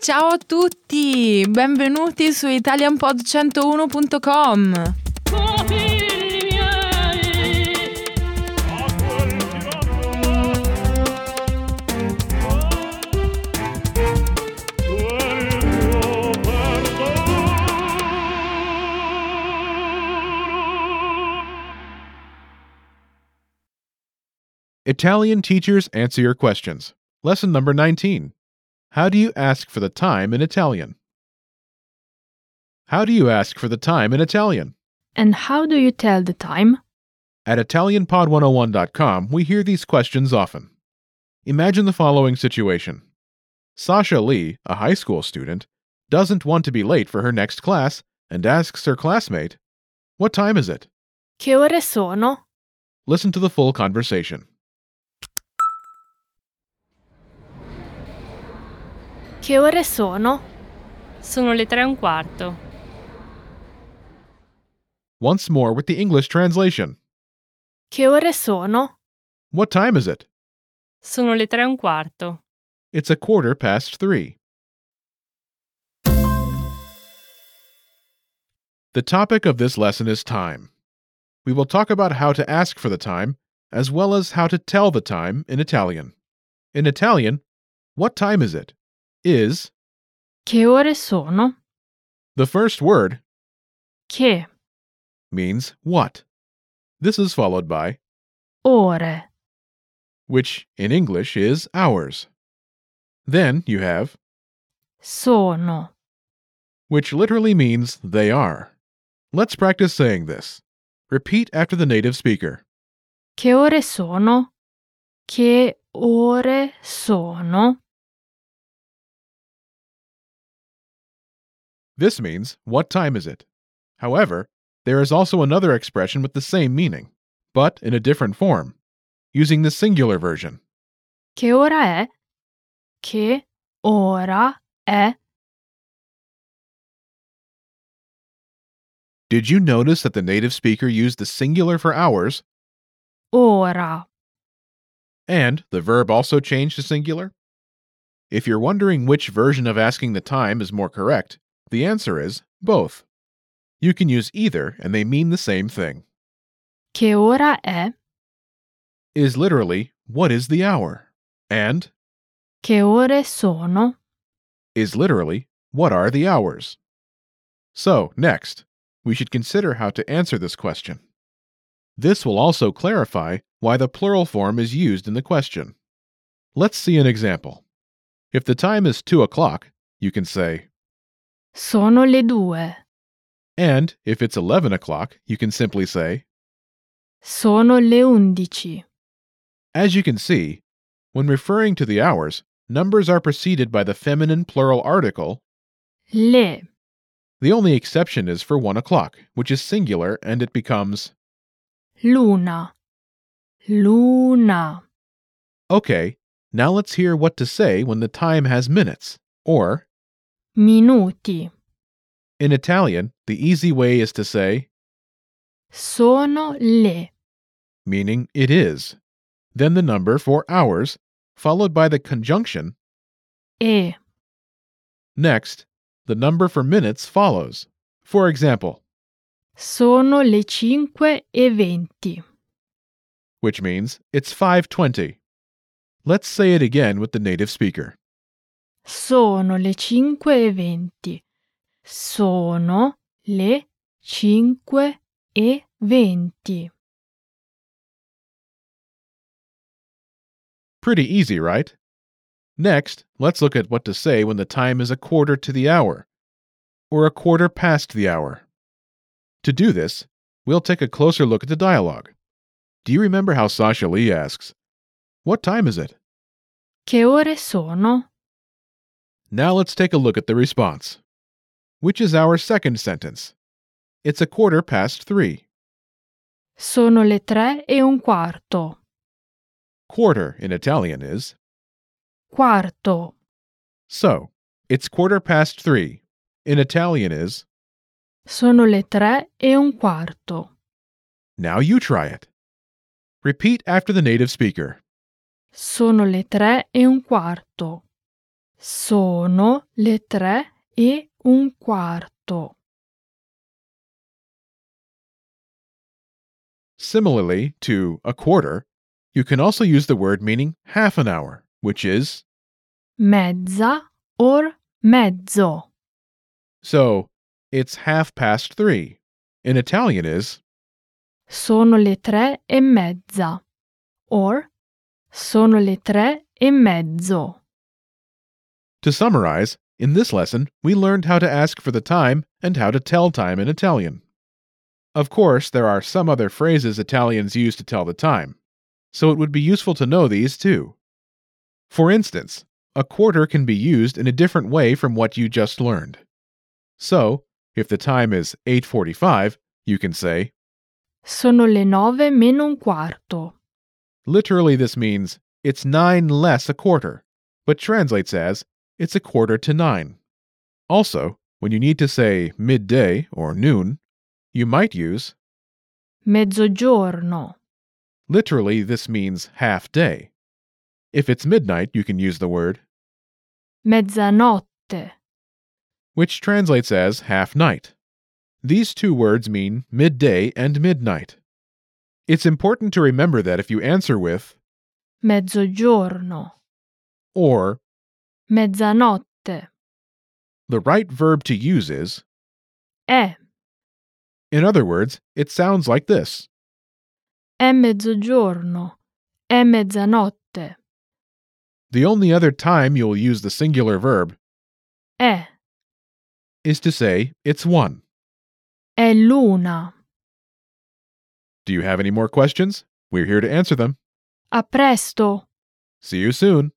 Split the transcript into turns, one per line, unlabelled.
Ciao a tutti, benvenuti su italianpod101.com.
Italian teachers answer your questions. Lesson number 19. How do you ask for the time in Italian? How do you ask for the time in Italian?
And how do you tell the time?
At ItalianPod101.com, we hear these questions often. Imagine the following situation Sasha Lee, a high school student, doesn't want to be late for her next class and asks her classmate, What time is it?
Che ore sono?
Listen to the full conversation.
Che ore sono?
Sono le tre e un quarto.
Once more with the English translation
Che ore sono?
What time is it?
Sono le tre e un quarto.
It's a quarter past three. The topic of this lesson is time. We will talk about how to ask for the time, as well as how to tell the time in Italian. In Italian, what time is it? Is
Che ore sono?
the first word
Che
means what. This is followed by
ore?
which in English is hours. Then you have
Sono.
which literally means they are. Let's practice saying this. Repeat after the native speaker.
Che ore sono? Che ore sono?
This means, what time is it? However, there is also another expression with the same meaning, but in a different form, using the singular version.
Che ora è? Che ora è?
Did you notice that the native speaker used the singular for hours
Ora.
and the verb also changed to singular? If you're wondering which version of asking the time is more correct, the answer is both. You can use either and they mean the same thing.
Che ora è?
Is literally, what is the hour? And
Che ore sono?
is literally, what are the hours? So, next, we should consider how to answer this question. This will also clarify why the plural form is used in the question. Let's see an example. If the time is 2 o'clock, you can say,
Sono le due.
and if it's 11 o'clock, you can simply say,
Sono le undici.
As you can see, when referring to the hours, numbers are preceded by the feminine plural article
Le.
The only exception is for one o'clock, which is singular and it becomes
Luna. Luna.
okay. Now let's hear what to say when the time has minutes. Or,
Minuti.
in Italian, the easy way is to say,
Sono le.
meaning it is, then the number for hours, followed by the conjunction.
E.
Next, the number for minutes follows. For example,
Sono le cinque e venti.
which means it's 520. Let's say it again with the native speaker.
Sono le cinque e venti. Sono le cinque e venti.
Pretty easy, right? Next, let's look at what to say when the time is a quarter to the hour, or a quarter past the hour. To do this, we'll take a closer look at the dialogue. Do you remember how Sasha Lee asks, What time is it?
Che ore sono?
Now let's take a look at the response, which is our second sentence. It's a quarter past three.
Sono le tre e un quarto.
Quarter in Italian is,
Quarto.
so, it's quarter past three. In Italian is,
Sono le tre e un quarto.
Now you try it. Repeat after the native speaker.
Sono le tre e un quarto. Sono le tre e un quarto.
Similarly to a quarter, you can also use the word meaning half an hour, which is
Mezza or mezzo.
so it's half past three. In Italian is
Sono le tre e mezza. Or sono le tre e mezzo.
To summarize, in this lesson, we learned how to ask for the time and how to tell time in Italian. Of course, there are some other phrases Italians use to tell the time, so it would be useful to know these too. For instance, a quarter can be used in a different way from what you just learned. So, if the time is 8:45, you can say
Sono le nove meno un quarto.
Literally, this means it's nine less a quarter, but translates as it's a quarter to nine. Also, when you need to say midday or noon, you might use
Mezzogiorno.
literally, this means half day. If it's midnight, you can use the word,
Mezzanotte.
which translates as half night. These two words mean midday and midnight. It's important to remember that if you answer with
Mezzogiorno.
or,
Mezzanotte.
the right verb to use is
È.
In other words, it sounds like this.
È mezzogiorno. È mezzanotte.
The only other time you'll use the singular verb
È.
is to say it's one.
È luna.
Do you have any more questions? We're here to answer them.
A presto!
See you soon.